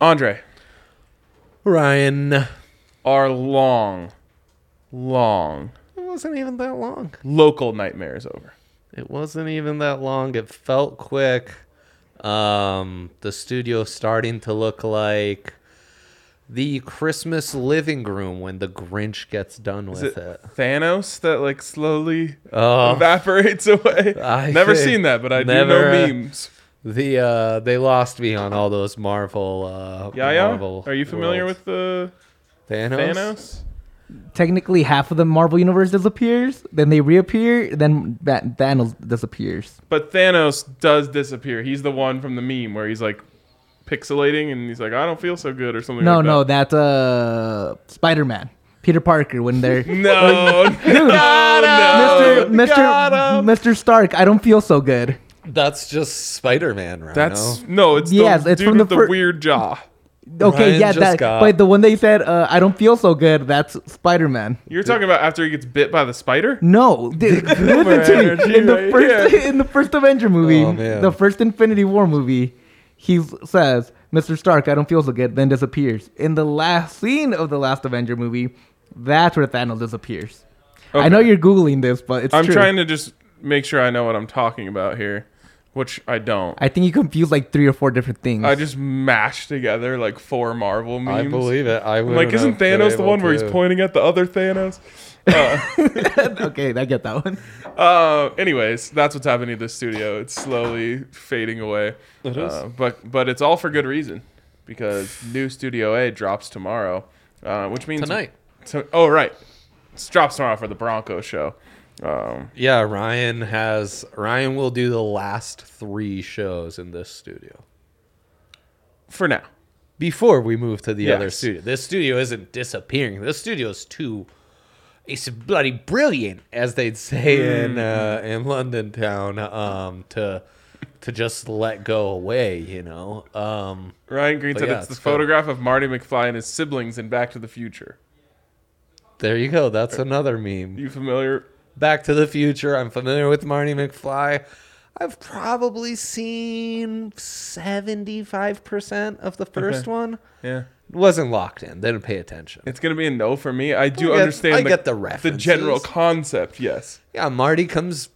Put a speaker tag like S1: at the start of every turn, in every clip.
S1: Andre,
S2: Ryan.
S1: are long, long
S2: It wasn't even that long.
S1: local nightmares over.
S2: It wasn't even that long. It felt quick. Um, the studio starting to look like the Christmas living room when the Grinch gets done with
S1: Is it
S2: it.
S1: Thanos that like slowly
S2: Oh,
S1: evaporates away?
S2: I
S1: never
S2: think-
S1: seen that, but I do
S2: never,
S1: know
S2: uh,
S1: memes.
S2: the uh, they lost me on all those Marvel. Uh,
S1: Yaya,
S2: Marvel
S1: are you familiar
S2: worlds.
S1: with the
S2: Thanos?
S1: Thanos?
S3: Technically, half of the Marvel universe disappears, then they reappear, then that Thanos disappears.
S1: But Thanos does disappear. He's the one from the meme where he's like pixelating and he's like, I don't feel so good or something.
S3: No,
S1: like
S3: no,
S1: that.
S3: that's uh Spider Man, Peter Parker. When they're
S1: no, no, no,
S2: Oh,
S3: Mr. Mr. Mr. Stark, I don't feel so good.
S2: That's just Spider Man, right?
S1: That's no, it's
S3: Yes,
S1: the
S3: it's
S1: dude
S3: from the
S1: with the
S3: fir-
S1: weird jaw.
S3: Okay,
S2: Ryan
S3: yeah,
S2: just
S3: that.
S2: got-
S3: But the one they said, uh, I don't feel so good. That's Spider Man.
S1: You're talking about after he gets bit by the spider.
S3: No, th- listen to
S1: energy
S3: me. In the
S1: right
S3: first,
S1: here.
S3: in the first Avenger movie,
S2: Oh, man.
S3: the first Infinity War movie, he s- says, "Mr. Stark, I don't feel so good." Then disappears. In the last scene of the last Avenger movie, that's where Thanos disappears. I
S1: Okay.
S3: know you're googling this, but it's
S1: I'm
S3: true.
S1: trying to just make sure I know what I'm talking about here, which I don't.
S3: I think you confused like three or four different things.
S1: I just mashed together like four Marvel memes.
S2: I believe it. I
S1: I'm
S2: would.
S1: like, isn't Thanos the one where he's pointing at the other Thanos?
S3: okay, I get that one.
S1: Uh, anyways, that's what's happening to the studio. It's slowly fading away.
S2: It is.
S1: Uh, but but it's all for good reason, because new Studio A drops tomorrow, uh, which means
S2: tonight?
S1: to- oh right, it drops tomorrow for the Bronco show. Um,
S2: Yeah, Ryan has Ryan will do the last three shows in this studio
S1: for now,
S2: before we move to the other
S1: Yes.
S2: studio. This studio isn't disappearing. This studio is too it's bloody brilliant, as they'd say in uh,
S1: Mm-hmm.
S2: in London town, um, to to just let go away. You know, um,
S1: Ryan Green
S2: But
S1: said
S2: yeah,
S1: it's the
S2: it's good.
S1: photograph of Marty McFly and his siblings in Back to the Future.
S2: there you go. That's another meme.
S1: You familiar?
S2: Back to the Future. I'm familiar with Marty McFly. I've probably seen 75% of the first
S1: Okay.
S2: one.
S1: Yeah.
S2: Wasn't locked in. Didn't pay attention.
S1: It's gonna be a no for me. I do
S2: I get-
S1: understand.
S2: I get the
S1: the general
S2: references.
S1: concept. Yes.
S2: Yeah, Marty comes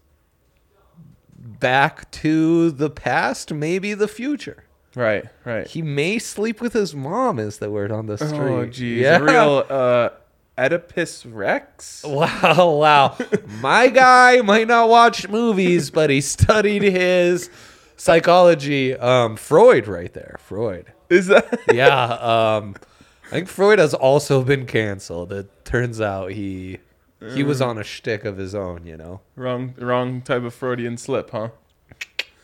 S2: back to the past, maybe the future.
S1: Right. Right.
S2: He may sleep with his mom, is the word on the street.
S1: Oh geez,
S2: Yeah.
S1: a real uh, Oedipus Rex.
S2: Wow, wow. My guy might not watch movies, but he studied his psychology. Um, Freud, right there. Freud.
S1: Is that?
S2: yeah. Um, I think Freud has also been canceled. It turns out he he was
S1: Mm.
S2: on a shtick of his own, you know.
S1: Wrong, wrong type of Freudian slip, huh?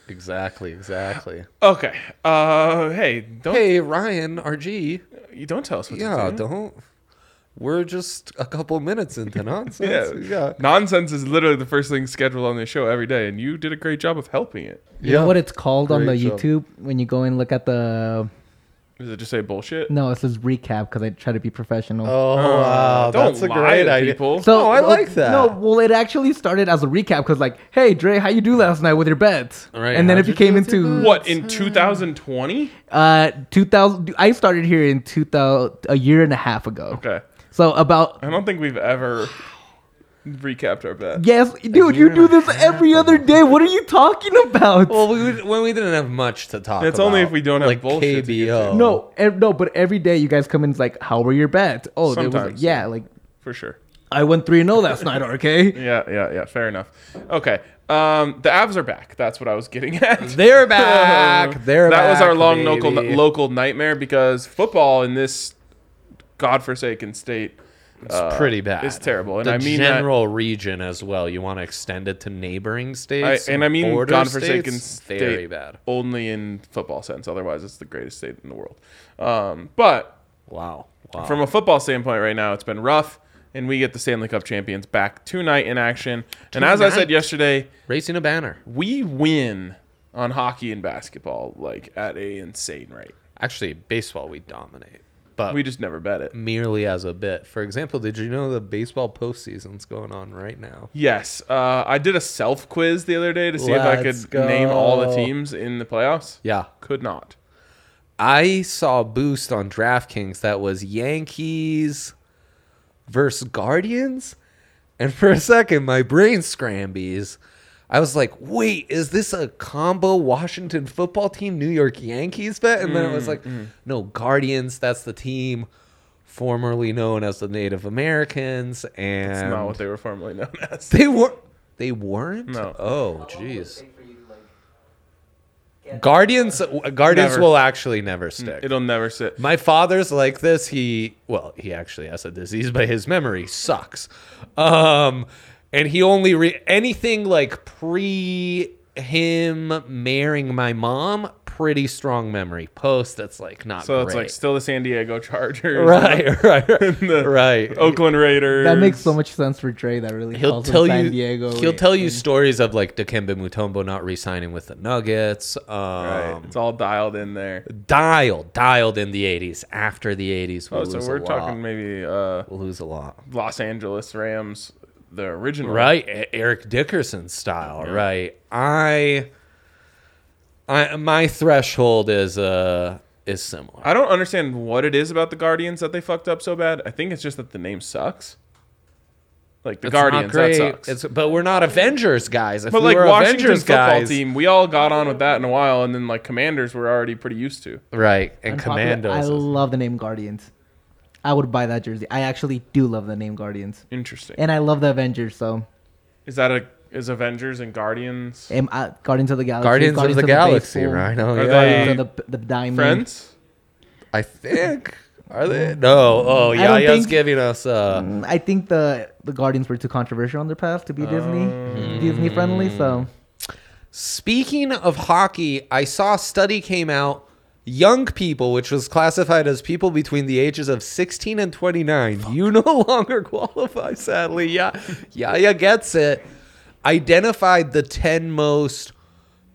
S2: Exactly. Exactly.
S1: Okay. Uh, hey, don't
S2: Hey, Ryan RG.
S1: you don't tell us what
S2: Yeah,
S1: to do.
S2: don't. We're just a couple minutes into
S1: Yeah.
S2: nonsense. yeah.
S1: Nonsense is literally the first thing scheduled on this show every day, and you did a great job of helping it.
S3: You know what it's called on the
S2: Great job.
S3: YouTube when you go and look at the.
S1: Does it just say bullshit?
S3: No, it says recap because I try to be professional.
S2: Oh, wow.
S1: Uh, don't
S2: That's a
S1: lie
S2: great
S1: to
S2: idea.
S1: people.
S2: Oh, I
S3: uh,
S2: like that.
S3: No, well, it actually started as a recap because, like, hey, Dre, how you do last night with your bets?
S2: Right,
S3: and then
S2: how'd
S3: it
S2: you
S3: became
S2: do with your
S3: into
S1: What in 2020?
S3: Uh, 2000. I started here in 2000, a year and a half ago.
S1: Okay,
S3: So about
S1: I don't think we've ever recapped our bet.
S3: yes, dude,
S2: year
S3: you
S2: and
S3: do
S2: a Oh.
S3: this every other day. What are you talking about?
S2: Well, we, would- when we didn't have much to talk
S1: That's
S2: about.
S1: only if we don't have
S2: like
S1: bullshit to get to.
S2: KBO.
S3: no, ev- no, but every day you guys come in it's like, how were your bets? Oh, there was like,
S1: Sometimes.
S3: yeah, like
S1: for sure.
S3: I went three and zero last night. Okay.
S1: Yeah, yeah, yeah. Fair enough. Okay. Um, the abs are back. That's what I was getting at.
S2: They're back. They're
S1: that was our
S2: back,
S1: long local
S2: baby.
S1: local nightmare because football in this godforsaken state
S2: It's pretty bad.
S1: is Uh, terrible, and
S2: the
S1: I mean that-
S2: general region as well. You want to extend it to neighboring
S1: I,
S2: states,
S1: and I mean
S2: border
S1: godforsaken
S2: states?
S1: state
S2: Very bad.
S1: only in football sense. Otherwise, it's the greatest state in the world. Um, but
S2: Wow. Wow.
S1: from a football standpoint, right now it's been rough, and we get the Stanley Cup champions back tonight in action. And as I said
S2: Tonight.
S1: yesterday,
S2: Racing a banner.
S1: we win on hockey and basketball like at a insane rate.
S2: Actually, baseball we dominate, but
S1: We just never bet it.
S2: merely as a bit. For example, did you know the baseball postseason's going on right now?
S1: Yes, uh, I did a self quiz the other day to see if I
S2: Let's
S1: could name all the
S2: go.
S1: teams in the playoffs.
S2: Yeah,
S1: Could not.
S2: I saw a boost on DraftKings that was Yankees versus Guardians. And for a second, my brain scrambies. I was like, wait, is this a combo Washington football team, New York Yankees bet? And then it
S1: Mm,
S2: was like, no, Guardians, that's the team formerly known as the Native Americans. And
S1: It's not what they were formerly known as.
S2: they were they weren't?
S1: No.
S2: Oh, jeez. Guardians Guardians
S1: Never.
S2: will actually never stick.
S1: It'll never sit.
S2: My father's like this. He well, he actually has a disease, but his memory sucks. Um, and he only re- anything like pre him marrying my mom, pretty strong memory. Post, that's like not
S1: So
S2: great.
S1: it's like still the San Diego Chargers,
S2: right, right, right.
S1: the
S2: right.
S1: Oakland Raiders.
S3: That makes so much sense for Dre. That really
S2: He'll
S3: calls him
S2: tell
S3: San
S2: you.
S3: Diego.
S2: he'll tell you stories of like Dikembe Mutombo not re-signing with the Nuggets. Um,
S1: Right. it's all dialed in there.
S2: Dialed, dialed in the '80s. After the '80s, we'll
S1: Oh, so
S2: lose
S1: we're
S2: a lot.
S1: talking maybe uh,
S2: We'll lose a lot.
S1: Los Angeles Rams, the original.
S2: right E- eric dickerson style right i i my threshold is uh is similar
S1: I don't understand what it is about the Guardians that they fucked up so bad. I think it's just that the name sucks. Like the
S2: It's not
S1: Guardians, that sucks.
S2: It's, but we're not avengers guys if
S1: but
S2: we
S1: like
S2: were
S1: Washington
S2: avengers
S1: football
S2: guys
S1: team, we all got on with that in a while, and then like Commanders, we're already pretty used to.
S2: right and
S3: Unpopular- I
S2: commandos is-
S3: love the name Guardians. I would buy that jersey. I actually do love the name Guardians,
S1: Interesting.
S3: and I love the Avengers. So,
S1: Is that a is Avengers and Guardians
S3: am I, Guardians of the Galaxy.
S2: guardians, of the, galaxy
S3: baseball,
S2: right oh
S1: Are
S2: yeah
S3: Guardians of the, the diamond.
S1: friends?
S2: i think are they no oh
S3: I don't
S2: yeah
S3: think-
S2: giving us uh
S3: Mm, I think the the Guardians were too controversial on their past to be
S2: Oh.
S3: Disney, Disney friendly. So
S2: Speaking of hockey, I saw a study came out. Young people, which was classified as people between the ages of 16 and 29, you no longer qualify, sadly. Yeah, Yaya gets it. Identified the 10 most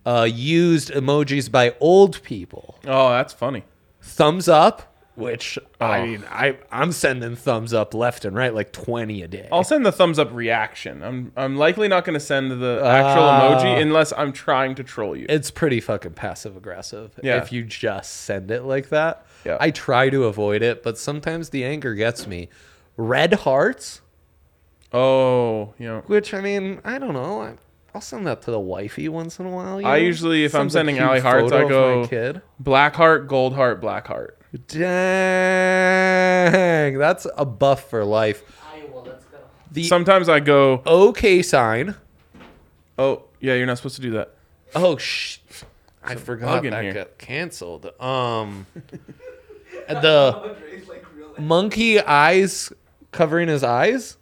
S2: uh, used emojis by old people.
S1: Oh, that's funny.
S2: Thumbs up, which I
S1: Oh.
S2: mean, I, I'm sending thumbs up left and right, like 20 a day.
S1: I'll send the thumbs up reaction. I'm I'm likely not going to send the actual
S2: Ah.
S1: emoji unless I'm trying to troll you.
S2: it's pretty fucking passive aggressive
S1: Yeah.
S2: if you just send it like that.
S1: Yeah.
S2: I try to avoid it, but sometimes the anger gets me. Red hearts,
S1: oh, you know.
S2: which I mean, I don't know. I, I'll send that to the wifey once in a while. you
S1: I
S2: know?
S1: usually, if I'm
S2: Sends a
S1: sending
S2: cute
S1: Allie hearts,
S2: photo
S1: I
S2: of
S1: go
S2: my kid.
S1: black heart, gold heart, black heart.
S2: Dang, that's a buff for life. The
S1: Sometimes I go,
S2: okay sign.
S1: oh yeah, you're not supposed to do that.
S2: Oh sh! I forgot
S1: bug in
S2: that
S1: here.
S2: got canceled. Um, the monkey eyes covering his eyes.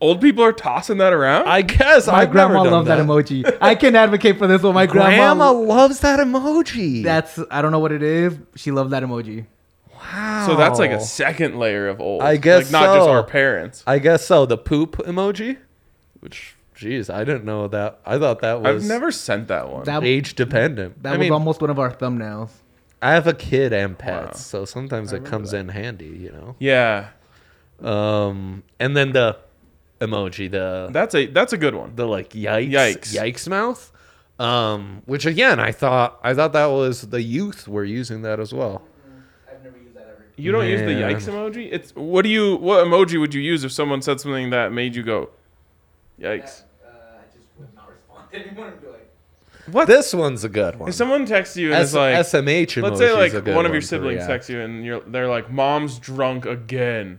S1: Old people are tossing that around.
S2: I guess
S3: my
S2: I've
S3: grandma
S2: never done
S3: loved that. emoji. I can advocate for this one. My grandma,
S2: Grandma loves that emoji.
S3: that's I don't know what it is. She loved that emoji.
S2: wow.
S1: so that's like a second layer of old.
S2: I guess
S1: like not just
S2: so.
S1: our parents.
S2: I guess so. The poop emoji, which geez, I didn't know that. I thought that was
S1: I've never sent that one.
S3: That
S2: age dependent.
S3: that
S2: I
S3: was
S2: mean,
S3: almost one of our thumbnails.
S2: I have a kid and pets,
S1: Wow.
S2: so sometimes it comes in handy, you
S1: yeah,
S2: know. Um, and then the emoji, the
S1: that's a that's a good one.
S2: the like yikes
S1: Yikes.
S2: yikes, mouth um which again i thought i thought that was the youth were using that as well
S3: I've never used that ever.
S1: You don't use the
S2: Man.
S1: yikes emoji. It's what do you what emoji would you use if someone said something that made you go, yikes?
S3: uh, I just would not respond to anyone and be like.
S2: what this one's a good one
S1: If someone texts you and
S2: S-
S1: it's like,
S2: smh emoji
S1: let's say
S2: is a
S1: like
S2: good
S1: one of
S2: to
S1: your siblings
S2: react.
S1: texts you and you're they're like, mom's drunk again.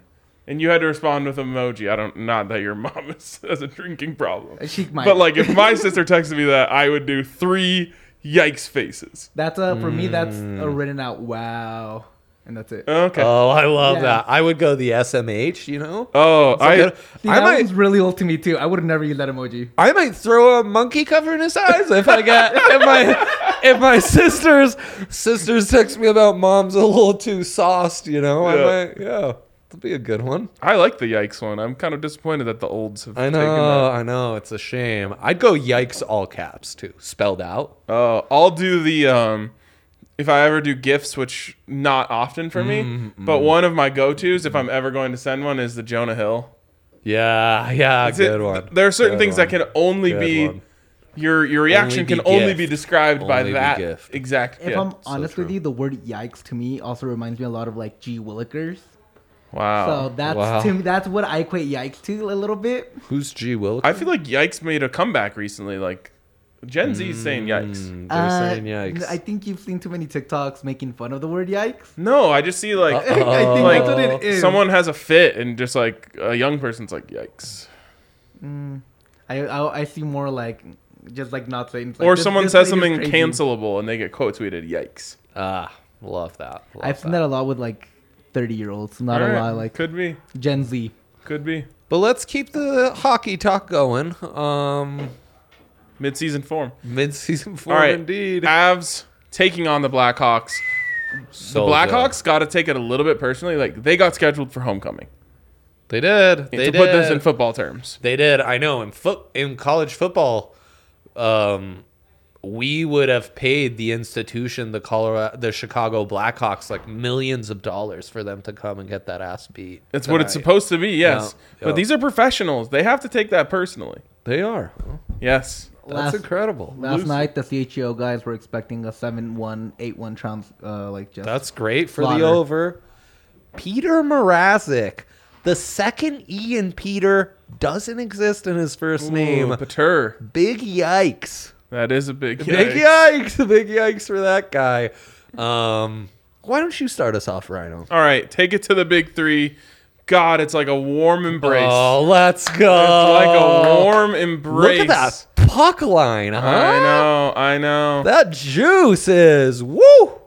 S1: And you had to respond with emoji. I don't, not that your mom is, has a drinking problem.
S3: Uh, She might.
S1: But like, if my sister texted me that, I would do three yikes faces.
S3: That's a for me. That's a written out wow, and that's it.
S1: Okay.
S2: oh i love
S3: Yeah.
S2: that i would go the smh you know
S1: oh,
S2: I,
S1: I
S3: See,
S2: I
S3: that
S2: might
S3: one's really old to me too. I would have never used that emoji.
S2: I might throw a monkey cover in his eyes if I got if my if my sisters sisters text me about mom's a little too sauced, you know.
S1: Yeah.
S2: I might yeah. That'd be a good one.
S1: I like the yikes one. I'm kind of disappointed that the olds have
S2: I
S1: taken
S2: know,
S1: that.
S2: I know. It's a shame. I'd go yikes all caps too, spelled out.
S1: Oh, I'll do the um if I ever do gifts, which not often for me,
S2: Mm-hmm.
S1: but one of my go-tos if I'm ever going to send one is the Jonah Hill.
S2: Yeah, yeah,
S1: That's it.
S2: good one.
S1: There are certain
S2: Good
S1: things that
S2: one.
S1: can only
S2: Good
S1: be
S2: one.
S1: Your your reaction
S2: be
S1: can only
S2: gift.
S1: be described by
S2: Only be
S1: that
S2: gift.
S1: exact
S3: If
S1: gift.
S3: I'm honest with
S2: true.
S3: you, the word "yikes" to me also reminds me a lot of like G Willikers.
S1: Oh, wow.
S3: so that's
S2: wow.
S3: to me, that's what I equate "yikes" to a little bit.
S2: Who's G Wilkins?
S1: I feel like Yikes made a comeback recently. Like Gen Z's saying Yikes.
S2: Mm, they're
S3: Uh,
S2: saying yikes.
S3: I think you've seen too many TikToks making fun of the word "yikes."
S1: No, I just see like
S2: Uh-oh.
S3: I think
S1: Like,
S3: that's what it is.
S1: someone has a fit and just like a young person's like Yikes.
S3: Mm. I, I I see more like just like not saying. Like,
S1: or
S3: this-
S1: someone
S3: this
S1: says
S3: lady's
S1: something
S3: crazy.
S1: cancelable and they get quote tweeted Yikes.
S2: ah, love that. Love
S3: I've seen that a lot with like thirty year olds. Not
S1: All
S3: a
S1: right.
S3: lot like
S1: could be,
S3: Gen Z.
S1: could be
S2: But let's keep the hockey talk going. Um,
S1: mid season form.
S2: mid-season form,
S1: All right.
S2: indeed.
S1: Avs taking on the Blackhawks. The
S2: So good.
S1: Blackhawks got to take it a little bit personally. Like they got scheduled for homecoming.
S2: They did. They
S1: to
S2: did.
S1: put this in football terms,
S2: They did. I know. In foot in college football, um, we would have paid the institution, the Colorado, the Chicago Blackhawks, like millions of dollars for them to come and get that ass beat.
S1: it's what it's
S2: tonight.
S1: supposed to be. Yes,
S2: Yeah.
S1: but
S2: Yeah.
S1: these are professionals. They have to take that personally.
S2: They are.
S1: Yes,
S2: That's
S3: Last-
S2: incredible.
S3: Last
S1: Lose-
S3: night, the CHEO guys were expecting a 7-1, 8-1 trans, uh, like just
S2: That's great for
S3: Slaughter.
S2: the over. Peter Mrazek, the second E in Peter doesn't exist in his first name.
S1: Ooh, Pater.
S2: Big yikes.
S1: That is a big
S2: Big
S1: yikes.
S2: yikes. Big yikes for that guy. Um, why don't you start us off, Rhino?
S1: All right, take it to the big three. God, it's like a warm embrace.
S2: Oh, let's go.
S1: It's like a warm embrace.
S2: Look at that puck line, huh?
S1: I know, I know.
S2: That juice is woo.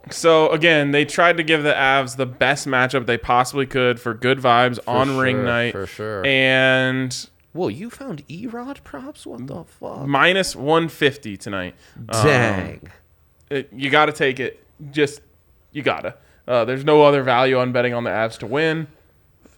S1: So again, they tried to give the Avs the best matchup they possibly could for good vibes on ring
S2: sure,
S1: night.
S2: for sure.
S1: And
S2: Whoa, you found Erod props? What the fuck?
S1: minus 150 tonight. Um,
S2: Dang.
S1: it- you got to take it. Just you got to. Uh, there's no other value on betting on the Avs to win.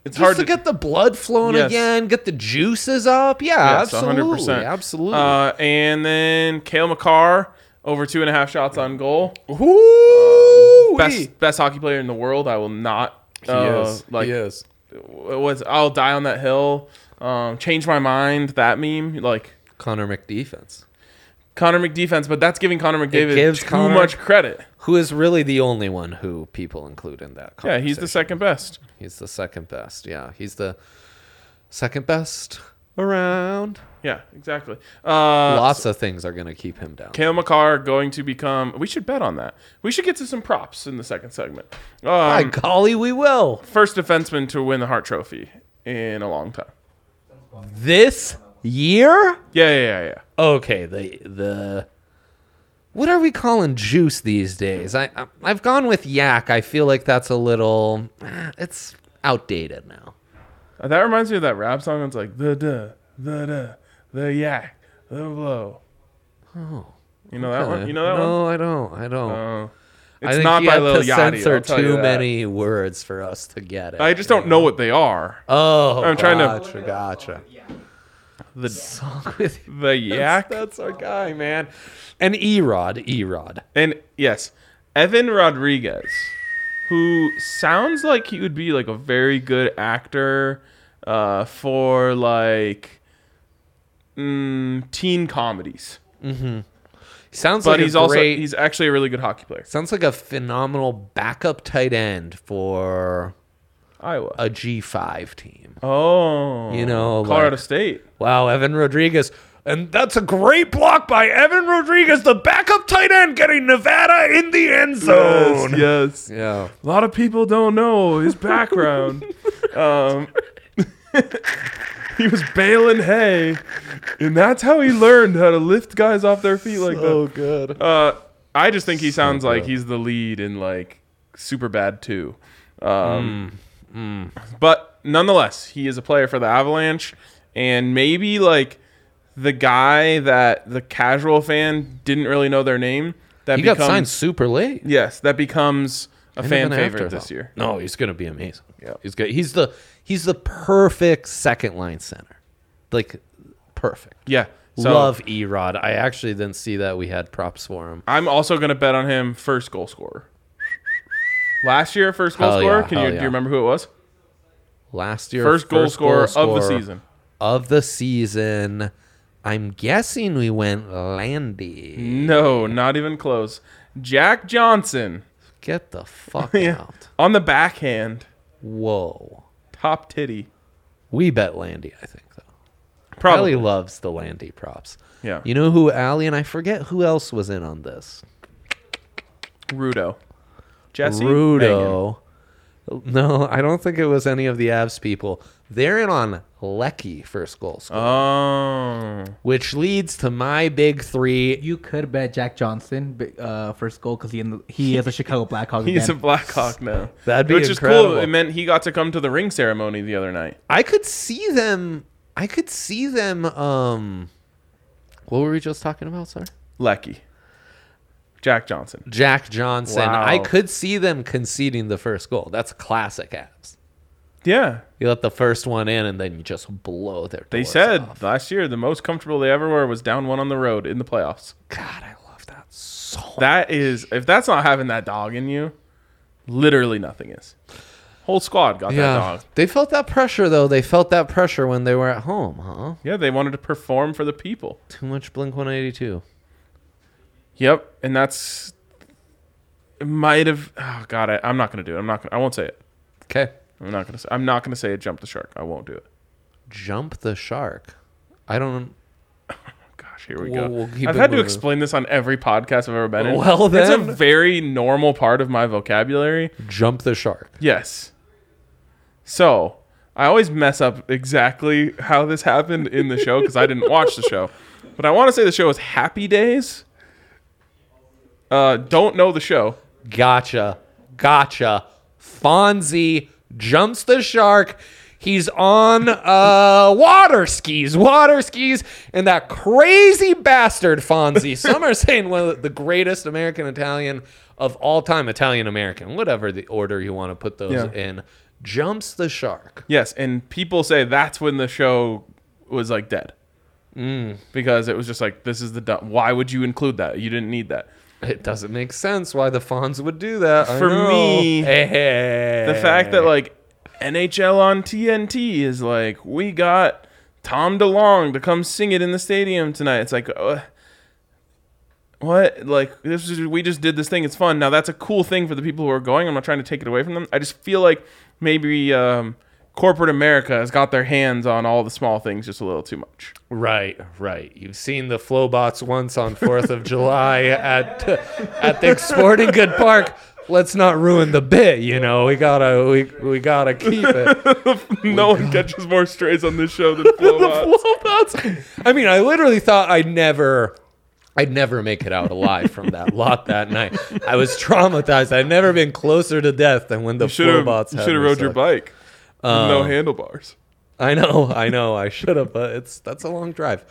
S1: It's
S2: Just
S1: hard
S2: to,
S1: to
S2: get the blood flowing
S1: Yes.
S2: again, get the juices up. Yeah,
S1: Yes,
S2: absolutely.
S1: 100%.
S2: Absolutely.
S1: Uh, and then Kale McCarr over two and a half shots on goal.
S2: Ooh,
S1: uh, Best best hockey player in the world. I will not. Uh, Like
S2: is.
S1: was I'll die on that hill. Um, change my mind. That meme like
S2: Connor McDefense,
S1: Connor McDefense, but that's giving Connor McDavid
S2: gives
S1: too
S2: Connor-
S1: much credit.
S2: who is really the only one who people include in that.
S1: Yeah, he's the
S2: conversation.
S1: second best.
S2: He's the second best. Yeah, he's the second best around.
S1: Yeah, exactly. Uh,
S2: Lots of things are going to keep him down.
S1: Kale McCarr going to become. We should bet on that. We should get to some props in the second segment. Um,
S2: By golly, we will.
S1: first defenseman to win the Hart Trophy in a long time.
S2: This year?
S1: Yeah, yeah, yeah, yeah.
S2: Okay, the the what are we calling juice these days? I, I I've gone with yak. I feel like that's a little ah, it's outdated now.
S1: Uh, That reminds me of that rap song. It's like the duh, the duh, the yak, the blow.
S2: Oh,
S1: You know that one?
S2: okay.
S1: You know that
S2: no, I don't. I don't.
S1: one? Oh.
S2: I
S1: It's
S2: think
S1: not
S2: you
S1: by
S2: have
S1: Lil
S2: to
S1: Yachty.
S2: Censor
S1: I'll tell you
S2: too
S1: that.
S2: many words for us to get it.
S1: I just don't know what they are.
S2: Oh,
S1: I'm trying to-
S2: gotcha, gotcha.
S1: The
S2: Song with
S1: the yak
S2: That's, that's our guy, man. And Erod, Erod.
S1: and yes, Evan Rodriguez, who sounds like he would be like a very good actor uh, for like mm, teen comedies,
S2: Sounds
S1: but
S2: like
S1: he's
S2: a
S1: also
S2: great,
S1: he's actually a really good hockey player.
S2: sounds like a phenomenal backup tight end for
S1: Iowa.
S2: a G five team.
S1: oh,
S2: You know,
S1: Colorado
S2: like-
S1: State.
S2: Wow, Evan Rodriguez. And that's a great block by Evan Rodriguez, the backup tight end getting Nevada in the end
S1: Yes,
S2: zone.
S1: yes.
S2: Yeah.
S1: A lot of people don't know his background. um, he was baling hay, and that's how he learned how to lift guys off their feet like that.
S2: good.
S1: Uh, I just think he sounds
S2: good.
S1: like he's the lead in like Super Bad Two. Um,
S2: Mm,
S1: But nonetheless, he is a player for the Avalanche, and maybe like the guy that the casual fan didn't really know their name. That
S2: He got
S1: becomes
S2: signed super late.
S1: yes, that becomes a
S2: Might have
S1: fan
S2: been
S1: favorite
S2: after,
S1: this
S2: though.
S1: year.
S2: No, he's gonna be amazing.
S1: Yeah.
S2: he's good. He's the he's the perfect second line center, like perfect.
S1: Yeah, so
S2: Love Erod. I actually didn't see that we had props for him.
S1: I'm also gonna bet on him first goal scorer. Last year, first goal
S2: Hell
S1: scorer.
S2: yeah,
S1: Can
S2: hell
S1: you do
S2: yeah.
S1: you remember who it was?
S2: Last year,
S1: First goal scorer of the
S2: scorer
S1: season.
S2: of the season I'm guessing we went Landy.
S1: No, not even close. Jack Johnson
S2: Get the fuck out.
S1: on the backhand,
S2: Whoa.
S1: top titty.
S2: We bet Landy, I think, though.
S1: Probably.
S2: Allie loves the Landy props.
S1: Yeah.
S2: You know who Allie and I forget who else was in on this?
S1: Rudo. Jesse Megan.
S2: Rudo. No, I don't think it was any of the Avs people. They're in on Lecky first goal, score,
S1: Oh.
S2: which leads to my big three.
S3: You could bet Jack Johnson b- uh, first goal because he in the, he is a Chicago Blackhawk.
S1: He's a
S3: again.
S1: Blackhawk now.
S2: That'd be
S1: Which is
S2: incredible.
S1: cool. It meant he got to come to the ring ceremony the other night.
S2: I could see them. I could see them. Um, what were we just talking about? Sorry,
S1: Lecky. Jack Johnson.
S2: Jack Johnson.
S1: Wow.
S2: I could see them conceding the first goal. That's classic Avs.
S1: Yeah.
S2: You let the first one in, and then you just blow their.
S1: They
S2: doors
S1: said
S2: off.
S1: last year the most comfortable they ever were was down one on the road in the playoffs.
S2: "God, I love that so."
S1: That is, if that's not having that dog in you, literally nothing is. Whole squad got that dog.
S2: They felt that pressure though. They felt that pressure when they were at home, huh?
S1: Yeah, they wanted to perform for the people.
S2: Too much Blink 182.
S1: Yep, and that's it might have. Oh God, I, I'm not gonna do it. I'm not. Gonna, I won't say it.
S2: Okay.
S1: I'm not gonna. Say, I'm not gonna say it. Jump the shark. I won't do it.
S2: Jump the shark. I don't
S1: Gosh, here we
S2: We'll-
S1: go.
S2: we'll keep
S1: I've
S2: it
S1: had to
S2: moving.
S1: explain this on every podcast I've ever been in.
S2: Well,
S1: it's a
S2: then.
S1: very normal part of my vocabulary.
S2: jump the shark.
S1: Yes. So I always mess up exactly how this happened in the show because I didn't watch the show. But I want to say the show is Happy Days. Uh, don't know the show.
S2: Gotcha. Gotcha. Fonzie jumps the shark. He's on uh, water skis, water skis, and that crazy bastard Fonzie. Some are saying one of the greatest American Italian of all time, Italian American, whatever the order you want to put those
S1: Yeah.
S2: in, jumps the shark.
S1: Yes, and people say that's when the show was like dead. Because it was just like this is the dumb. Why would you include that? You didn't need that.
S2: It doesn't make sense why the Fonz would do that. I
S1: For
S2: know.
S1: me,
S2: Hey.
S1: The fact that like NHL on TNT is like we got Tom DeLong to come sing it in the stadium tonight. It's like uh, what? Like this is we just did this thing. It's fun. Now that's a cool thing for the people who are going. I'm not trying to take it away from them. I just feel like maybe um, corporate America has got their hands on all the small things just a little too much.
S2: Right, right. You've seen the Flowbots once on Fourth of July at at the Sporting Good Park. Let's not ruin the bit, you know. We gotta we, we gotta keep it.
S1: no one catches more strays on this show than Flo.
S2: Flowbots. I mean, I literally thought I'd never I'd never make it out alive from that lot that night. I was traumatized. I've never been closer to death than when the
S1: Should have
S2: Flowbots had
S1: should have
S2: me
S1: rode your
S2: sucked.
S1: bike. with no
S2: Um,
S1: handlebars.
S2: I know, I know, I should have, but it's that's a long drive.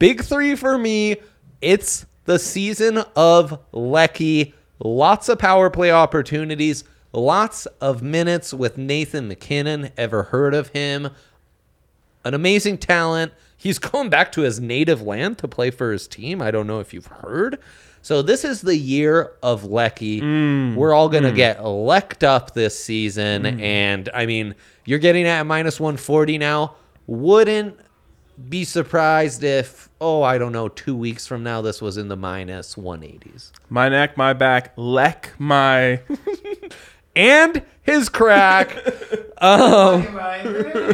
S2: Big three for me. It's the season of Lecky. Lots of power play opportunities. Lots of minutes with Nathan McKinnon. Ever heard of him? An amazing talent. He's going back to his native land to play for his team. I don't know if you've heard. So this is the year of Lecky. We're all gonna get lecked up this season, and I mean, you're getting at minus 140 now. Wouldn't be surprised if, oh, I don't know, two weeks from now, this was in the minus 180s.
S1: My neck, my back, leck my
S2: And his crack. Um,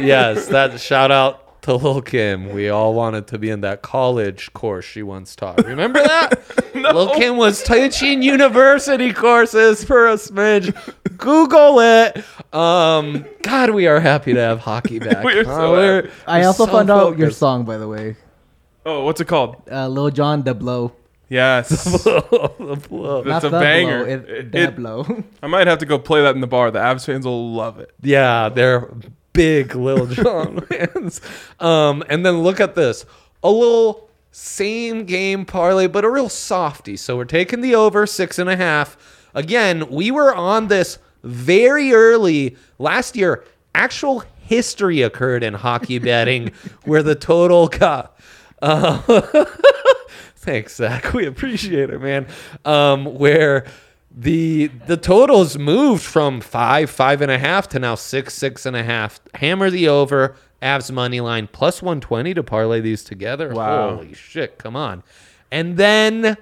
S2: yes, that shout out to Lil Kim. We all wanted to be in that college course she once taught. Remember that? Lil Kim was teaching university courses for a smidge. Google it. Um, God, we are happy to have hockey back.
S1: We are
S2: huh?
S1: so
S2: We're-
S1: happy.
S3: I
S2: we're
S3: also
S2: so
S3: found out your
S2: focused.
S3: song, by the way,
S1: Oh, what's it called?
S3: uh, Lil John the Blow.
S1: Yes.
S2: The blow.
S1: That's a
S3: the
S1: banger.
S3: Blow, it,
S1: It-
S3: the
S1: it-
S3: Blow.
S1: I might have to go play that in the bar. The Avs fans will love it.
S2: Yeah, they're big Lil Jon fans. Um, and then look at this a little same game parlay, but a real softy. So we're taking the over six and a half. Again, we were on this very early last year. Actual history occurred in hockey betting where the total got. Uh, Thanks, Zach. We appreciate it, man. Um, where the the totals moved from five, five and a half to now six, six and a half. Hammer the over. Avs money line plus 120 to parlay these together.
S1: Wow.
S2: Holy shit, come on. And then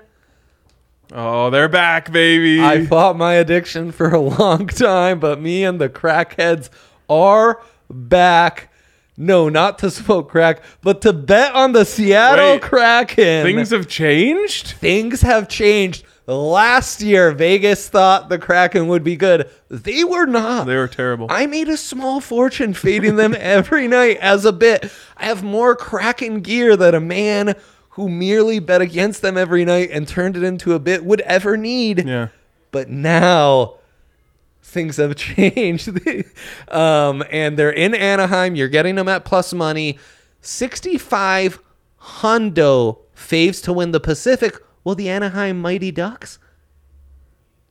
S1: Oh, they're back, baby.
S2: I fought my addiction for a long time, but me and the crackheads are back. No, not to smoke crack, but to bet on the Seattle
S1: Wait.
S2: Kraken.
S1: Things have changed.
S2: Things have changed. Last year, Vegas thought the Kraken would be good. They were not.
S1: They were terrible.
S2: I made a small fortune fading them every night as a bit. I have more Kraken gear than a man who merely bet against them every night and turned it into a bit would ever need.
S1: yeah.
S2: But now things have changed. um, and they're in Anaheim. You're getting them at plus money. 65 Hondo faves to win the Pacific. Will the Anaheim Mighty Ducks?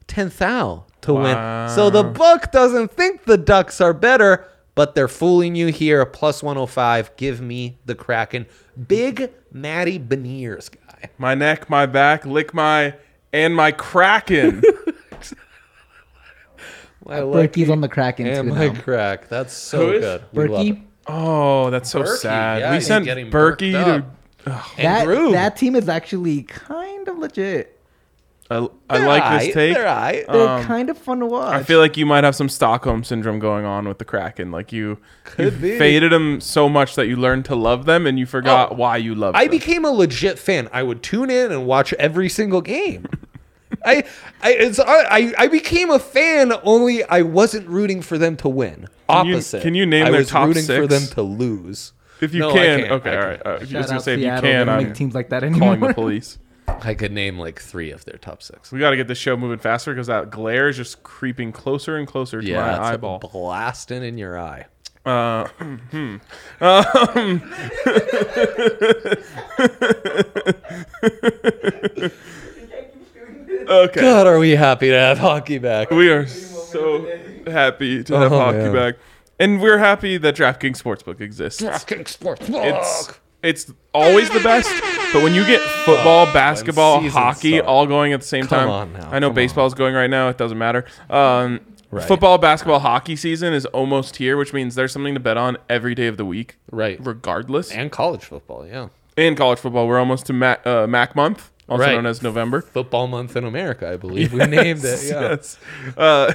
S2: 10th out to win. So the book doesn't think the Ducks are better, but they're fooling you here. Plus 105. Give me the Kraken. Big Matty Beniers guy.
S1: My neck, my back, lick my and my Kraken.
S2: I
S3: Berkey's on the Kraken too
S2: And my
S3: now.
S2: crack. That's so
S1: Who is?
S2: good. We love it.
S3: Berkey,
S1: oh, that's so
S2: Berkey,
S1: sad.
S2: yeah,
S1: we
S2: he's
S1: sent
S2: getting
S1: Berkey to.
S2: And
S3: that
S2: Drew.
S3: that team is actually kind of legit.
S1: I, I like this take.
S2: They're right.
S3: They're
S1: Um,
S3: kind of fun to watch.
S1: I feel like you might have some Stockholm syndrome going on with the Kraken. Like you,
S2: Could
S1: you
S2: be.
S1: faded them so much that you learned to love them and you forgot
S2: Oh,
S1: why you loved
S2: I
S1: them.
S2: became a legit fan. I would tune in and watch every single game. I, I, it's, I, I became a fan. Only I wasn't rooting for them to win.
S1: Can you-
S2: Opposite.
S1: can you name
S2: I
S1: their
S2: was
S1: top
S2: rooting
S1: six?
S2: for them to lose.
S1: if you
S2: No, I
S1: can,
S2: can't.
S1: okay,
S2: I
S1: all right.
S2: can't.
S1: all right. I was
S3: Shout
S1: just gonna
S3: out
S1: say if you
S3: Seattle. They
S1: can,
S3: don't
S1: I'm
S3: make teams like that
S1: calling the
S3: anymore.
S1: police.
S2: I could name like three of their top six.
S1: We got to get this show moving faster because that glare is just creeping closer and closer to
S2: Yeah,
S1: my
S2: it's
S1: eyeball.
S2: blasting in your eye.
S1: okay.
S2: God, are we happy to have hockey back?
S1: We are so happy to have
S2: Oh,
S1: hockey
S2: man.
S1: back. And we're happy that DraftKings Sportsbook exists. It's it's always the best, but when you get football, basketball,
S2: seasons
S1: hockey
S2: suck.
S1: all going at the same
S2: Come
S1: time,
S2: on now,
S1: I know
S2: come
S1: baseball's going right now. It doesn't matter. Um,
S2: Right.
S1: Football, basketball, hockey season is almost here, which means there's something to bet on every day of the week,
S2: Right.
S1: Regardless, and,
S2: and college football. Yeah,
S1: college football, we're almost to Mac, uh, Mac month, also
S2: Right.
S1: known as November.
S2: football month in America. I believe we named it. Yeah.
S1: Yes. Uh,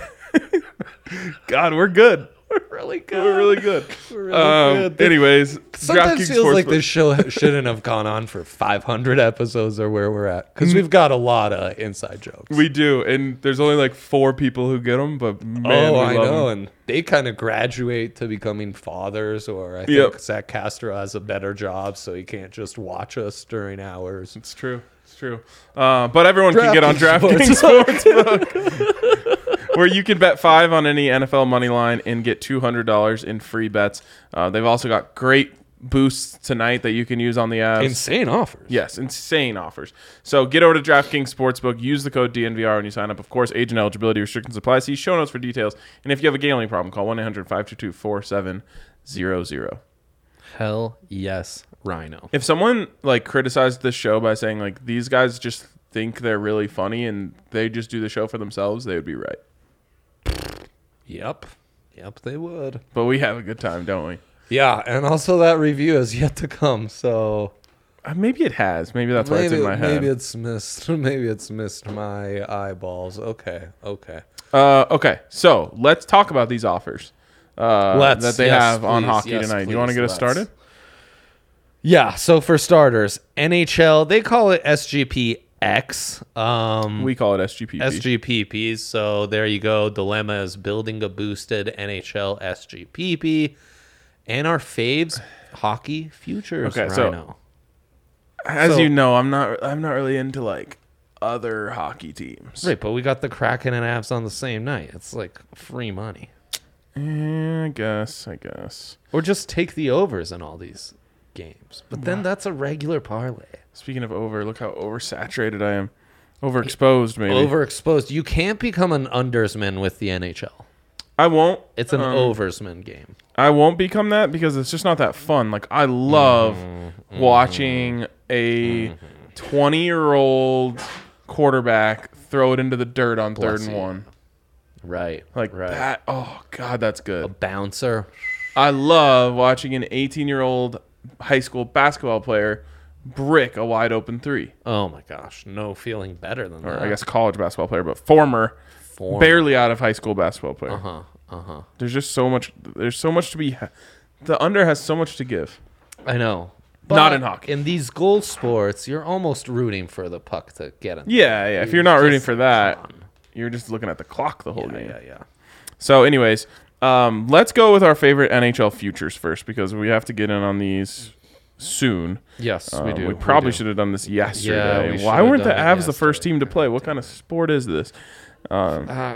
S1: God, we're good.
S2: really good.
S1: We're really good. We're
S2: really
S1: um,
S2: good.
S1: Anyways,
S2: Sometimes
S1: DraftKings
S2: feels like
S1: Sportsbook.
S2: this show shouldn't have gone on for 500 episodes or where we're at because we've got a lot of inside jokes.
S1: We do, and there's only like four people who get them, but man,
S2: oh,
S1: we
S2: I
S1: love 'em.
S2: know, and they kind of graduate to becoming fathers, or I think
S1: Yep.
S2: Zach Castro has a better job, so he can't just watch us during hours.
S1: It's true. It's true. Uh, but everyone can get on DraftKings
S2: DraftKings
S1: Sportsbook, where you can bet five on any NFL money line and get two hundred dollars in free bets. Uh, they've also got great boosts tonight that you can use on the apps.
S2: Insane offers.
S1: Yes, insane offers. So get over to DraftKings Sportsbook. Use the code DNVR when you sign up. Of course, age and eligibility restrictions apply. See show notes for details. And if you have a gambling problem, call 1 800 522 4700.
S2: Hell yes, Rhino.
S1: If someone like criticized the show by saying like these guys just think they're really funny and they just do the show for themselves, they would be right.
S2: Yep. Yep, they would.
S1: But we have a good time, don't we?
S2: Yeah, and also that review is yet to come, so
S1: Uh, maybe it has. Maybe that's why it's
S2: maybe,
S1: in my head.
S2: maybe it's missed. Maybe it's missed my eyeballs. Okay, okay.
S1: Uh, okay, so let's talk about these offers uh,
S2: Let's,
S1: that they
S2: yes,
S1: have on
S2: please,
S1: hockey
S2: yes,
S1: tonight. Do you want to
S2: please,
S1: get us
S2: let's.
S1: started?
S2: Yeah. So for starters, NHL they call it SGPX. Um,
S1: We call it SGPP.
S2: SGPPs. So there you go. Dilemma is building a boosted NHL SGPP, and our faves hockey futures.
S1: Okay,
S2: Okay,
S1: so-
S2: Rhino.
S1: As
S2: So-
S1: you know, I'm not I'm not really into like other hockey teams.
S2: right, but we got the Kraken and Avs on the same night. It's like free money.
S1: Eh, I guess, I guess.
S2: Or just take the overs in all these games. But then that's a regular parlay.
S1: Speaking of over, look how oversaturated I am. Overexposed, maybe.
S2: Overexposed. You can't become an undersman with the NHL.
S1: I won't.
S2: It's an
S1: um,
S2: oversman game.
S1: I won't become that because it's just not that fun. Like I love
S2: Mm-hmm.
S1: watching a 20 year old quarterback throw it into the dirt on third
S2: Bless
S1: and
S2: you.
S1: one.
S2: Right.
S1: Like
S2: right.
S1: that. Oh God, that's
S2: A
S1: good.
S2: bouncer
S1: I love watching an 18 year old high school basketball player brick a wide open three,
S2: Oh my gosh, no feeling better than
S1: or
S2: that.
S1: I guess college basketball player, but former,
S2: Former.
S1: barely out of high school basketball player.
S2: Uh huh. Uh huh.
S1: There's just so much. There's so much to be. The under has so much to give.
S2: I know.
S1: Not in hockey.
S2: In these goal sports, you're almost rooting for the puck to get in.
S1: Yeah, yeah. If you're not
S2: Just
S1: rooting for that,
S2: on.
S1: you're just looking at the clock the whole
S2: Yeah,
S1: game.
S2: yeah, yeah.
S1: So, anyways, um, let's go with our favorite NHL futures first because we have to get in on these soon.
S2: Yes,
S1: Um,
S2: we do.
S1: probably
S2: do.
S1: should have done this
S2: Yeah,
S1: yesterday.
S2: we
S1: Why
S2: should've
S1: weren't the Avs
S2: done it
S1: the first
S2: yesterday.
S1: team to play? What kind of sport is this? Um,
S2: Uh,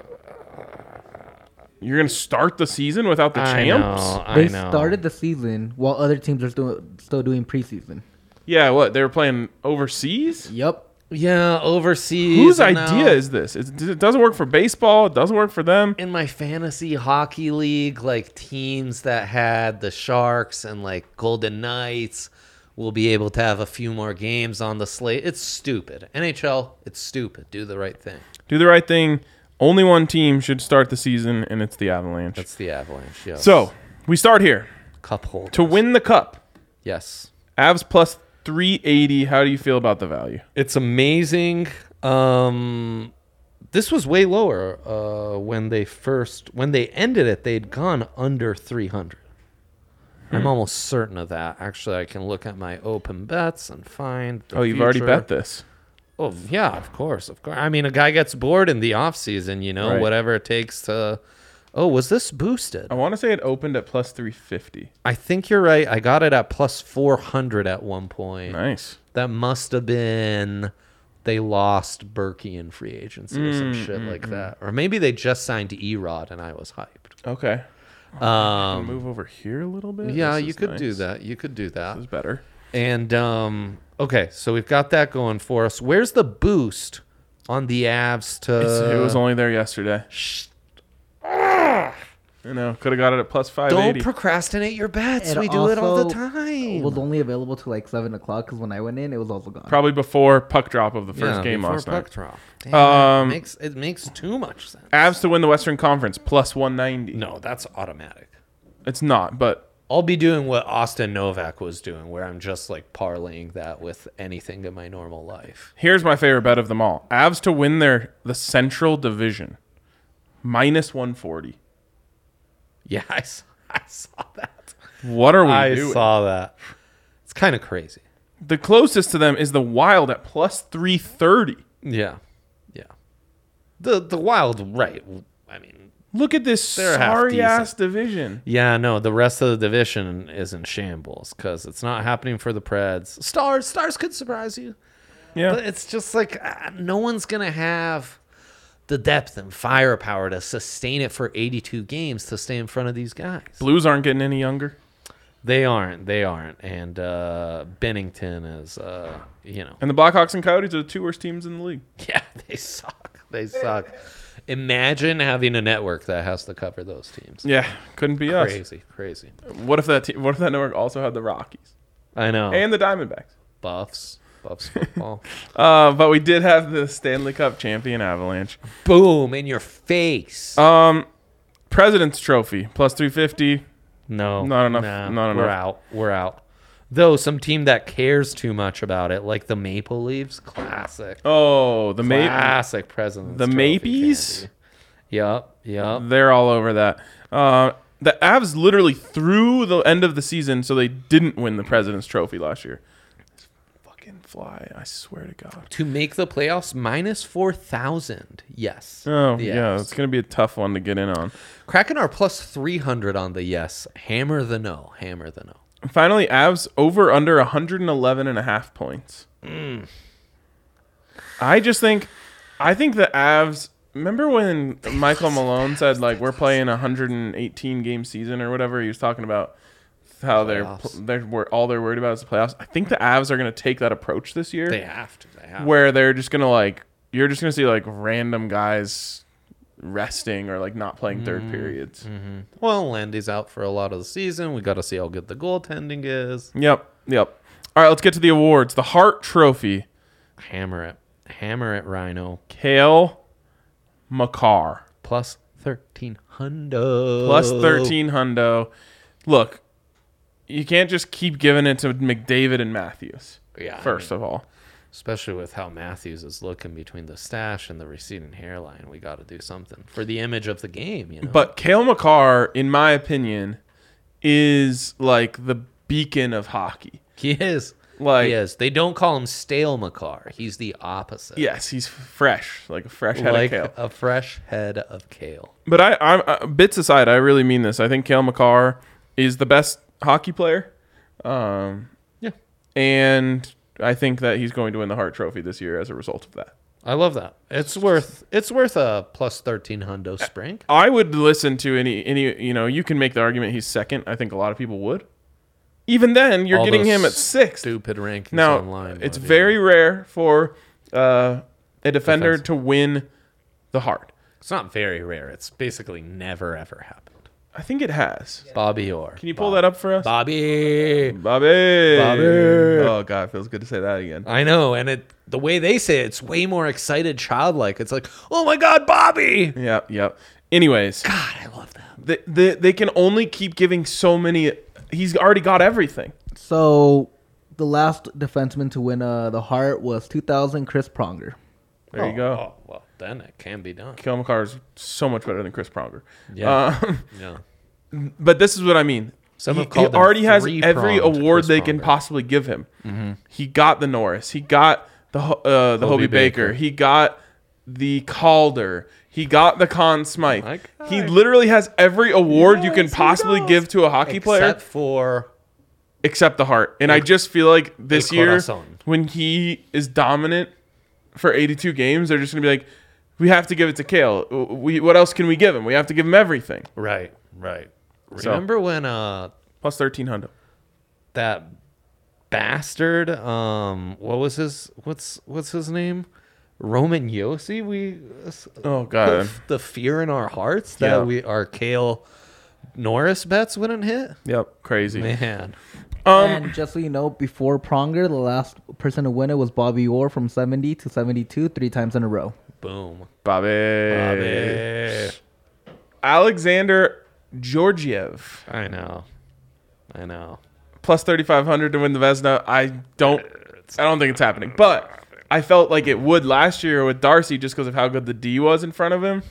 S1: you're gonna start the season without the
S2: I
S1: champs?
S2: know, I
S3: They
S2: know.
S3: started the season while other teams are still still doing preseason.
S1: Yeah, what they were playing overseas?
S3: Yep.
S2: Yeah, overseas.
S1: Whose
S2: and
S1: idea
S2: now-
S1: is this? It, it doesn't work for baseball. It doesn't work for them.
S2: in my fantasy hockey league, like teams that had the Sharks and like Golden Knights will be able to have a few more games on the slate. It's stupid. NHL, it's stupid. Do the right thing.
S1: Do the right thing. Only one team should start the season, and it's the Avalanche.
S2: That's the Avalanche. Yes.
S1: so we start here
S2: cup hold.
S1: to win the cup.
S2: Yes.
S1: Avs plus 380. How do you feel about the value?
S2: It's amazing. Um this was way lower uh when they first when they ended it, they'd gone under 300. I'm
S1: Hmm.
S2: almost certain of that. Actually, I can look at my open bets and find the
S1: Oh, you've already
S2: future.
S1: bet this.
S2: Oh yeah, of course, of course. I mean, a guy gets bored in the off season, you know,
S1: Right.
S2: whatever it takes to. Oh, was this boosted?
S1: I want to say it opened at plus 350.
S2: I think you're right. I got it at plus four hundred at one point.
S1: Nice.
S2: That must have been they lost Berkey in free agency or
S1: Mm,
S2: some shit like that, or maybe they just signed Erod and I was hyped.
S1: Oh, Okay. Can
S2: Um,
S1: move over here a little bit.
S2: yeah,
S1: This
S2: you
S1: is
S2: could do
S1: nice.
S2: that. You could do that.
S1: This is better.
S2: And um, okay, so we've got that going for us. Where's the boost on the Avs to?
S1: It's- it was only there yesterday. You know, could have got it at plus
S2: Don't
S1: 580.
S2: procrastinate your bets.
S3: It
S2: we do it all the
S3: also
S2: time.
S3: It was only available till like seven o'clock because when I went in, it was also gone.
S1: Probably before puck drop of the first
S2: Yeah,
S1: game
S2: before
S1: last
S2: puck
S1: night.
S2: drop. Damn, it
S1: Um,
S2: makes it makes too much sense.
S1: Avs to win the Western Conference plus 190.
S2: No, that's automatic.
S1: It's not, but
S2: I'll be doing what Austin Novak was doing, where I'm just like parlaying that with anything in my normal life.
S1: here's my favorite bet of them all. Avs to win their the Central Division minus 140.
S2: Yeah, I saw, I saw that.
S1: What are we
S2: I
S1: doing?
S2: saw that. It's kind of crazy.
S1: The closest to them is the Wild at plus 330.
S2: Yeah, yeah. The the Wild, right? I mean,
S1: Look at this
S2: They're half
S1: sorry ass division.
S2: Yeah, no, the rest of the division is in shambles because it's not happening for the Preds. Stars, Stars could surprise you,
S1: Yeah.
S2: but it's just like uh, no one's gonna have the depth and firepower to sustain it for 82 games to stay in front of these guys.
S1: Blues aren't getting any younger.
S2: They aren't. They aren't. And uh, Bennington is, uh, you know,
S1: And the Blackhawks and Coyotes are the two worst teams in the league.
S2: yeah, they suck. They suck. Imagine having a network that has to cover those teams.
S1: Yeah, couldn't be us.
S2: Crazy, crazy.
S1: What if that te- what if that network also had the Rockies
S2: I know.
S1: and the Diamondbacks?
S2: Buffs, Buffs football.
S1: Uh, but we did have the Stanley Cup champion Avalanche.
S2: boom in your face.
S1: Um, President's Trophy plus 350.
S2: no,
S1: not enough-
S2: nah,
S1: not
S2: We're
S1: enough.
S2: out. We're out. Though some team that cares too much about it, like the Maple Leafs, classic,
S1: Oh, the Maple.
S2: classic presidents.
S1: the Mm.
S2: Trophy
S1: Mapies?
S2: candy. Yep, yep.
S1: They're all over that. Uh, the Avs literally threw the end of the season, so they didn't win the President's Trophy last year. Fucking fly! I swear to God.
S2: To make the playoffs minus four thousand. Yes.
S1: Oh
S2: The
S1: yeah,
S2: yes.
S1: it's gonna be a tough one to get in on.
S2: Kraken are plus three hundred on the yes. Hammer the no. Hammer the no.
S1: Finally, Avs over under 111 and a half points.
S2: Hmm.
S1: I just think, I think the Avs. Remember when Michael Malone said like we're playing a 118 game season or whatever he was talking about how they're pl-
S2: Playoffs.
S1: they're wor- all they're worried about is the playoffs. I think the Avs are going to take that approach this year
S2: They have to. They have. to.
S1: where they're just gonna like you're just gonna see like random guys resting or like not playing third
S2: Mm.
S1: periods.
S2: Well, Landy's out for a lot of the season. We got to see how good the goaltending is.
S1: Yep, yep. All right, let's get to the awards. The Hart Trophy.
S2: Hammer it. Hammer it, Rhino.
S1: Kale McCarr.
S2: Plus 1300. Oh.
S1: Plus 13 hundo. look, you can't just keep giving it to McDavid and Matthews.
S2: Yeah, I
S1: First of all,
S2: Especially with how Matthews is looking between the stash and the receding hairline, we got to do something for the image of the game, you know.
S1: but Kale McCarr, in my opinion, is like the beacon of hockey.
S2: he is,
S1: Like-
S2: he is. They don't call him stale Macar. He's the opposite.
S1: Yes, he's fresh, like a fresh head
S2: like
S1: of kale.
S2: a fresh head of kale.
S1: But I, I'm uh, bits aside. I really mean this. I think Kale McCarr is the best hockey player. Um,
S2: Yeah,
S1: and I think that he's going to win the Hart Trophy this year as a result of that.
S2: I love that. It's worth it's worth a plus thirteen hundo spring.
S1: I would listen to any any you know you can make the argument he's second. I think a lot of people would. Even then, you're
S2: All
S1: getting
S2: those
S1: him at sixth.
S2: Stupid rankings
S1: now
S2: online.
S1: it's
S2: buddy.
S1: very rare for uh, a defender
S2: Defense.
S1: to win the Hart.
S2: It's not very rare. It's basically never ever happened.
S1: I think it has.
S2: Bobby Orr.
S1: Can you pull that up for us?
S2: Bobby.
S1: Bobby.
S2: Bobby.
S1: Oh God, feels good to say that again.
S2: I know, and it the way they say it, it's way more excited, childlike. It's like, oh my god, Bobby!
S1: Yep, yep. Anyways,
S2: God, I love that.
S1: the, the, they can only keep giving so many. He's already got everything.
S3: So the last defenseman to win uh, the Hart was 2000 Chris Pronger.
S1: There you go.
S2: Oh, well, then it can be done.
S1: Kale McCarr is so much better than Chris Pronger.
S2: Yeah.
S1: Um,
S2: Yeah.
S1: but this is what I mean.
S2: Some
S1: he,
S2: have called
S1: he
S2: him
S1: already has
S2: three-pronged
S1: every award
S2: Chris
S1: they can
S2: Pronger.
S1: possibly give him. He got the Norris. He got the Ho- uh, the Hobie,
S2: Mm-hmm. Hobie
S1: Baker.
S2: Baker.
S1: He got the Calder. He got the Conn Smythe.
S2: My God.
S1: He literally has every award you can
S2: Yes, he
S1: possibly
S2: does.
S1: give to a hockey player.
S2: Except for
S1: except the heart. And I just feel like this
S2: El
S1: year,
S2: Corazon.
S1: when he is dominant for 82 games, they're just going to be like, we have to give it to Kale. W- We, what else can we give him? We have to give him everything.
S2: right, right.
S1: So-
S2: Remember when uh
S1: Plus 1300.
S2: that bastard um what was his what's what's his name roman yossi we
S1: Oh, God.
S2: the fear in our hearts that
S1: Yeah.
S2: we our kale norris bets wouldn't hit
S1: yep. Crazy.
S2: man Um,
S3: and just so you know, before Pronger, the last person to win it was Bobby Orr from 70 to 72, three times in a row.
S2: boom
S1: Bobby.
S2: Bobby.
S1: Alexander Georgiev.
S2: i know i know
S1: Plus 3,500 to win the Vesna. I don't. I don't think it's happening, but I felt like it would last year with Darcy just because of how good the D was in front of him.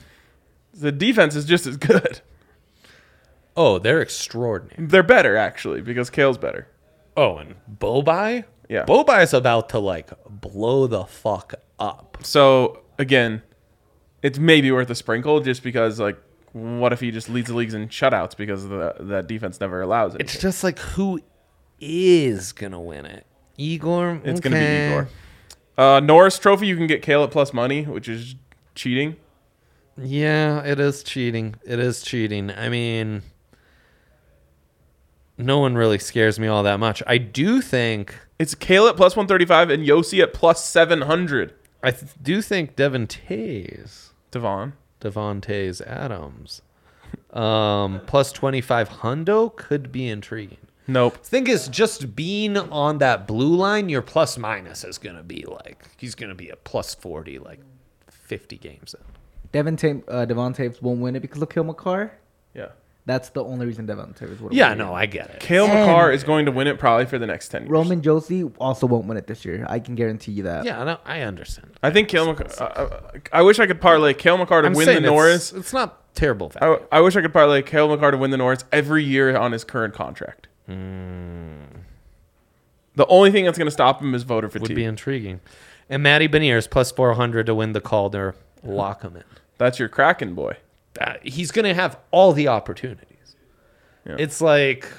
S1: The defense is just as good.
S2: oh they're extraordinary
S1: They're better actually because Kale's better.
S2: oh and bobai
S1: Yeah.
S2: bobai's about to like blow the fuck up
S1: So again, it's maybe worth a sprinkle just because like what if he just leads the leagues in shutouts because the, that defense never allows it.
S2: it's just like who is gonna win it igor
S1: It's going to be
S2: Okay.
S1: Igor. Uh, Norris Trophy you can get Kale at plus money, which is cheating.
S2: Yeah, it is cheating. It is cheating. I mean, no one really scares me all that much. I do think,
S1: It's Kale at plus one thirty five and Yossi at plus seven hundred.
S2: I th- do think Devon Tays,
S1: Devon.
S2: Devontae's Adams, um, plus 25 hundo could be intriguing.
S1: Nope.
S2: Think is just being on that blue line, your plus minus is going to be like, he's going to be a plus 40, like 50 games in.
S3: Devon Tape, uh, Devon Tapes won't win it because of Kill McCarr.
S1: Yeah.
S3: That's the only reason Devon Tapes would
S2: Yeah, no, I get it.
S1: Kale
S3: And-
S1: McCarr is going to win it probably for the next ten years.
S3: Roman Josie also won't win it this year. I can guarantee you that.
S2: Yeah, no, I understand.
S1: I think Kale McCarr. I, I, I wish I could parlay Kale McCarr to
S2: I'm
S1: win
S2: saying
S1: the
S2: it's-
S1: Norris
S2: It's, not terrible value.
S1: I, I wish I could parlay Kale McCarr to win the Norris every year on his current contract. The only thing that's going to stop him is voter
S2: would
S1: fatigue.
S2: be intriguing. And Matty Beniers plus 400 to win the Calder. Lock him in.
S1: that's your Kraken boy.
S2: That- he's going to have all the opportunities.
S1: Yeah.
S2: It's like,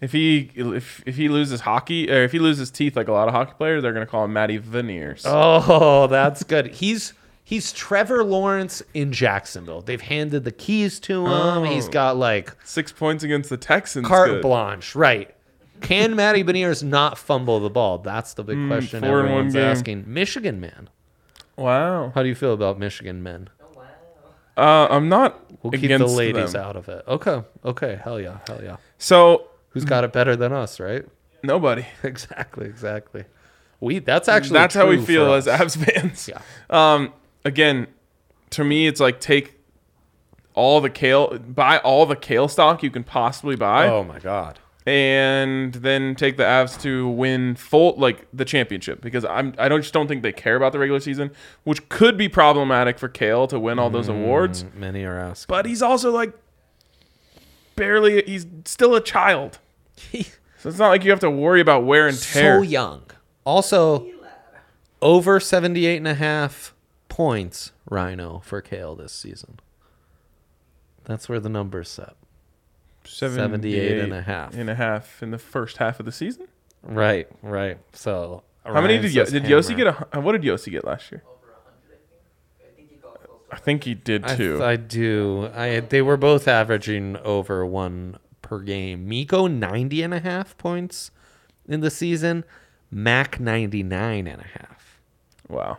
S1: If he if, if he loses hockey or if he loses teeth like a lot of hockey players, they're going to call him Matty Veneers.
S2: oh, that's good. He's he's Trevor Lawrence in Jacksonville. They've handed the keys to him. He's got like
S1: Six points against the Texans.
S2: carte
S1: Oh. good.
S2: blanche, right? Can Matty Beniers not fumble the ball? That's the big question
S1: Hmm, four in one
S2: everyone's
S1: game.
S2: asking. Michigan man,
S1: Wow.
S2: how do you feel about Michigan men?
S1: Uh, I'm not
S2: We'll keep
S1: against
S2: the ladies
S1: them.
S2: out of it. Okay, okay, hell yeah, hell yeah.
S1: So
S2: Who's got it better than us, right?
S1: nobody.
S2: Exactly, exactly. We that's actually
S1: That's how we
S2: true for
S1: feel as
S2: us.
S1: Avs fans.
S2: Yeah.
S1: Um, again, to me, it's like take all the kale, buy all the kale stock you can possibly buy,
S2: oh my god.
S1: and then take the Avs to win full like the championship because I'm I don't just don't think they care about the regular season, which could be problematic for Kale to win all those awards.
S2: Many are asked.
S1: But he's also like barely he's still a child, so it's not like you have to worry about wear and tear.
S2: so young. Also, over 78 and a half points, Rhino, for Kale this season. That's where the number's set. 78 and a half.
S1: and a half in the first half of the season.
S2: Right, right. So,
S1: How many did Yo- did Yossi get? A, hu- what did Yossi get last year? I think he did
S2: I,
S1: too.
S2: I do. I they were both averaging over one per game. Miko 90 and a half points in the season. Mac 99 and a half.
S1: wow,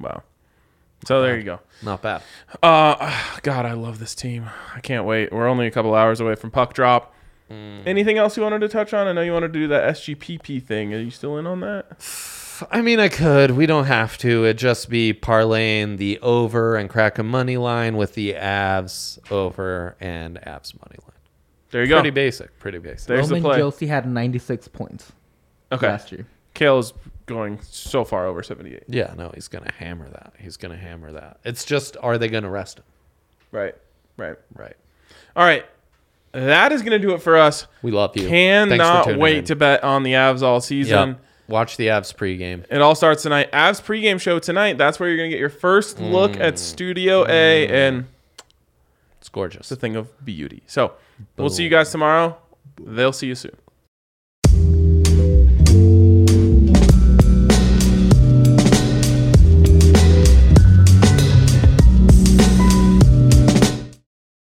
S1: wow. So there you go.
S2: Not bad.
S1: Uh, God, I love this team. I can't wait. We're only a couple hours away from puck drop. Anything else you wanted to touch on? I know you wanted to do that SGPP thing. Are you still in on that?
S2: I mean, I could. We don't have to. It'd just be parlaying the over and crack a money line with the Avs over and Avs money line.
S1: There you go.
S2: Pretty basic. Pretty basic.
S1: There's the
S3: Roman
S1: play.
S3: Josie had 96 points
S1: Okay,
S3: last year.
S1: Kale is going so far over seventy-eight.
S2: yeah, no, he's gonna hammer that. He's gonna hammer that. It's just, are they gonna rest him?
S1: Right, right.
S2: Right.
S1: All right, that is gonna do it for us.
S2: We love you. Thanks for
S1: Cannot
S2: tuning
S1: wait
S2: in.
S1: to bet on the Avs all season.
S2: Yep. Watch the Avs pregame.
S1: It all starts tonight. Avs pregame show tonight. That's where you're gonna get your first look at Studio
S2: Mm.
S1: A, and
S2: It's gorgeous.
S1: it's a thing of beauty. So we'll see you guys tomorrow. They'll see you soon.